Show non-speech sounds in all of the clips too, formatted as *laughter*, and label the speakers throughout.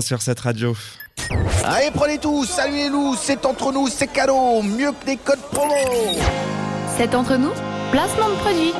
Speaker 1: sur cette radio.
Speaker 2: Allez, prenez tout, saluez-nous, c'est entre nous, c'est cadeau, mieux que des codes promo.
Speaker 3: C'est entre nous, placement de produit.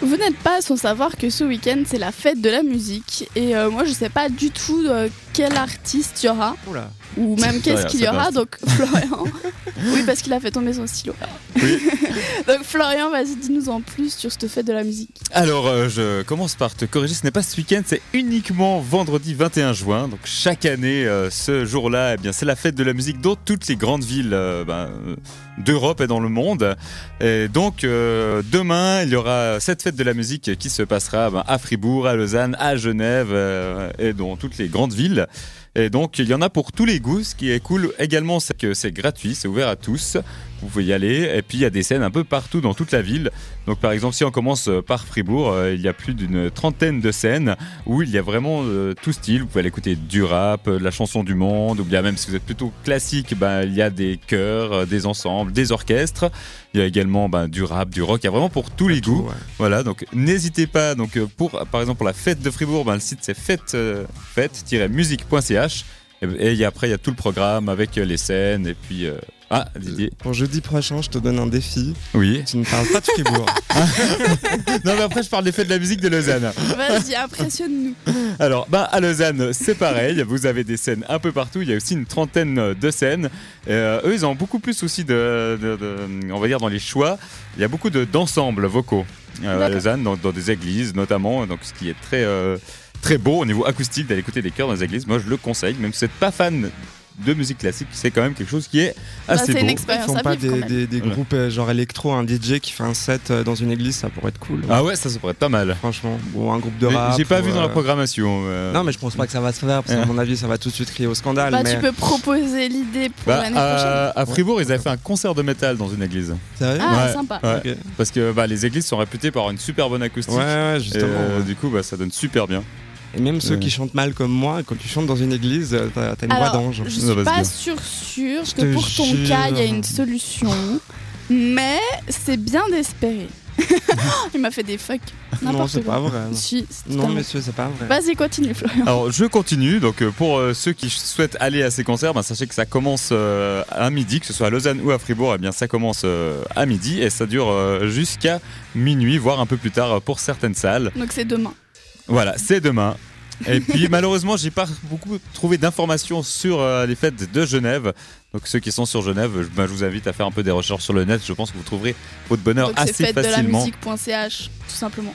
Speaker 4: Vous n'êtes pas sans savoir que ce week-end c'est la fête de la musique et euh, moi je sais pas du tout euh, quel artiste il y aura
Speaker 1: Oula.
Speaker 5: *laughs*
Speaker 4: ou même qu'est-ce
Speaker 1: Florian,
Speaker 4: qu'il y
Speaker 1: ça
Speaker 4: aura donc Florian *laughs* oui parce qu'il a fait tomber son stylo *laughs* donc Florian vas-y dis-nous en plus sur cette fête de la musique
Speaker 5: Alors, euh, je commence par te corriger, ce n'est pas ce week-end, c'est uniquement vendredi 21 juin. Donc, chaque année, euh, ce jour-là, eh bien, c'est la fête de la musique dans toutes les grandes villes euh, ben, euh, d'Europe et dans le monde. Et donc, euh, demain, il y aura cette fête de la musique qui se passera ben, à Fribourg, à Lausanne, à Genève euh, et dans toutes les grandes villes. Et donc, il y en a pour tous les goûts. Ce qui est cool également, c'est que c'est gratuit, c'est ouvert à tous. Vous pouvez y aller. Et puis, il y a des scènes un peu partout dans toute la ville. Donc par exemple, si on commence euh, par Fribourg, euh, il y a plus d'une trentaine de scènes où il y a vraiment euh, tout style. Vous pouvez aller écouter du rap, euh, de la chanson du monde, ou bien même si vous êtes plutôt classique, bah, il y a des chœurs, euh, des ensembles, des orchestres. Il y a également bah, du rap, du rock. Il y a vraiment pour tous les goûts. Voilà, donc n'hésitez pas. Donc euh, pour, par exemple, pour la fête de Fribourg, ben, le site c'est fête, euh, fête-musique.ch. Et, et il y a- après, il y a tout le programme avec euh, les scènes et puis. euh, Ah, Didier.
Speaker 1: Pour jeudi prochain, je te donne un défi.
Speaker 5: Oui.
Speaker 1: Tu ne parles pas de
Speaker 4: *laughs*
Speaker 1: Fribourg.
Speaker 5: Non, mais après, je parle des fêtes de la musique de Lausanne. *laughs*
Speaker 4: vas-y impressionne-nous
Speaker 5: Alors, bah, à Lausanne, c'est pareil. Vous avez des scènes un peu partout. Il y a aussi une trentaine de scènes. Euh, eux, ils ont beaucoup plus aussi de, de- de- on va dire, dans les choix. Il y a beaucoup de d'ensembles vocaux euh, à
Speaker 4: D'accord.
Speaker 5: Lausanne, dans, dans des églises notamment. Donc, ce qui est très, euh, très beau au niveau acoustique d'aller écouter des chœurs dans les églises. Moi, je le conseille, même si vous n'êtes pas fan de musique classique, c'est quand même quelque chose qui est
Speaker 4: Bah,
Speaker 5: assez
Speaker 4: c'est
Speaker 5: beau.
Speaker 4: une
Speaker 1: Ils
Speaker 4: expérience
Speaker 1: font
Speaker 4: à
Speaker 1: pas
Speaker 4: vivre quand
Speaker 1: des,
Speaker 4: même
Speaker 1: des- des
Speaker 5: Voilà.
Speaker 1: groupes euh, genre électro, un DJ qui fait un set euh, dans une église, ça pourrait être cool.
Speaker 5: Ah ouais, ça, ça pourrait être pas mal.
Speaker 1: Franchement, ou un groupe de
Speaker 5: Mais
Speaker 1: rap.
Speaker 5: J'ai pas
Speaker 1: ou,
Speaker 5: vu dans la
Speaker 1: euh,
Speaker 5: programmation. euh,
Speaker 1: Non, mais je pense pas que ça va se faire, parce qu'à
Speaker 5: Ouais.
Speaker 1: mon avis, ça va tout de suite crier au scandale.
Speaker 4: bah,
Speaker 1: mais...
Speaker 4: tu peux proposer l'idée pour
Speaker 5: bah,
Speaker 4: l'année prochaine
Speaker 5: à, à Fribourg, ils avaient fait un concert de métal dans une église.
Speaker 1: Sérieux
Speaker 4: ah
Speaker 5: ouais.
Speaker 4: sympa
Speaker 5: Ouais.
Speaker 1: Ok. ouais.
Speaker 5: Parce que bah, les églises sont réputées par une super bonne acoustique.
Speaker 1: ouais,
Speaker 5: Et,
Speaker 1: justement.
Speaker 5: euh,
Speaker 1: ouais.
Speaker 5: du coup, bah, ça donne super bien. *laughs*
Speaker 1: Et même ceux
Speaker 5: Ouais.
Speaker 1: qui chantent mal comme moi, quand tu chantes dans une église, euh, t'as t'as une voix
Speaker 4: Alors,
Speaker 1: d'ange.
Speaker 4: Je
Speaker 5: Non,
Speaker 4: suis
Speaker 5: vas-y,
Speaker 4: pas
Speaker 5: bien.
Speaker 4: sûre, sûre
Speaker 1: te
Speaker 4: que pour ton
Speaker 1: jure.
Speaker 4: cas, il y a une solution. Mais c'est bien
Speaker 1: *laughs*
Speaker 4: d'espérer. il m'a fait des fuck.
Speaker 1: Non,
Speaker 4: N'importe
Speaker 1: c'est
Speaker 4: quoi.
Speaker 1: pas vrai.
Speaker 4: Si, c'est
Speaker 1: Non,
Speaker 4: totalement-
Speaker 1: messieurs, c'est pas vrai.
Speaker 4: Vas-y, continue, Florian.
Speaker 5: Alors, je continue. Donc, euh, pour euh, ceux qui souhaitent aller à ces concerts, bah, sachez que ça commence euh, à midi, que ce soit à Lausanne ou à Fribourg. Eh bien, ça commence euh, à midi et ça dure euh, jusqu'à minuit, voire un peu plus tard euh, pour certaines salles.
Speaker 4: Donc c'est demain.
Speaker 5: Voilà, c'est demain.
Speaker 1: *laughs*
Speaker 5: Et puis malheureusement, j'ai pas beaucoup trouvé d'informations sur euh, les fêtes de Genève. Donc ceux qui sont sur Genève, je, ben, je vous invite à faire un peu des recherches sur le net. Je pense que vous trouverez votre bonheur
Speaker 4: Donc c'est
Speaker 5: assez
Speaker 4: fête de la
Speaker 5: facilement.
Speaker 4: musique.ch, tout simplement.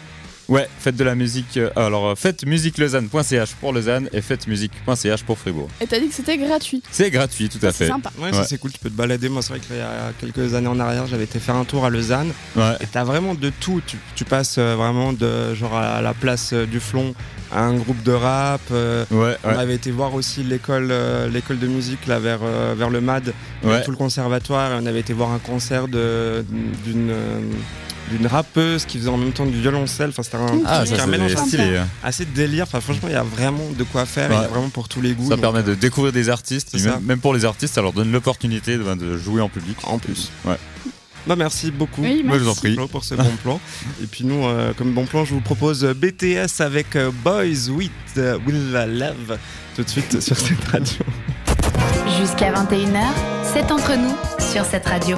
Speaker 5: ouais, fête de la musique. euh, alors euh, fête musique lausanne.ch pour Lausanne et fête musique.ch pour Fribourg.
Speaker 4: Et t'as dit que c'était gratuit.
Speaker 5: C'est gratuit, tout à
Speaker 4: C'est
Speaker 5: fait.
Speaker 4: sympa.
Speaker 1: Ouais, ça
Speaker 5: Ouais.
Speaker 1: c'est cool, tu peux te balader. Moi, c'est vrai qu'il y a quelques années en arrière, j'avais été faire un tour à Lausanne.
Speaker 5: Ouais.
Speaker 1: Et t'as vraiment de tout. Tu, tu passes euh, vraiment de genre à la place euh, du Flon à un groupe de rap. euh,
Speaker 5: Ouais,
Speaker 1: On
Speaker 5: ouais,
Speaker 1: avait été voir aussi l'école, euh, l'école de musique là vers, euh, vers le MAD,
Speaker 5: ouais.
Speaker 1: tout le conservatoire. Et on avait été voir un concert de, d'une, euh, d'une rappeuse qui faisait en même temps du violoncelle. Enfin, c'était un,
Speaker 5: Ah,
Speaker 1: truc,
Speaker 5: ça
Speaker 1: un mélange
Speaker 5: c'est
Speaker 4: sympa.
Speaker 5: stylé. hein.
Speaker 1: assez de délire. Enfin, franchement, il y a vraiment de quoi faire. Il y a
Speaker 5: Ouais.
Speaker 1: vraiment pour tous les goûts.
Speaker 5: Ça
Speaker 1: donc,
Speaker 5: permet de découvrir des artistes.
Speaker 1: C'est
Speaker 5: et même-
Speaker 1: ça.
Speaker 5: Même pour les artistes, ça leur donne l'opportunité de, ben, de jouer en public.
Speaker 1: En plus.
Speaker 5: Ouais.
Speaker 1: Bah, merci beaucoup.
Speaker 4: Oui,
Speaker 5: Moi, je vous en
Speaker 4: merci.
Speaker 5: prie.
Speaker 1: Flo, pour ce bon plan. *laughs* Et puis nous, euh, comme bon plan, je vous propose euh, BTS avec euh, Boys with euh, Will Love tout de suite sur cette radio.
Speaker 3: Jusqu'à 21h, c'est entre nous sur cette radio.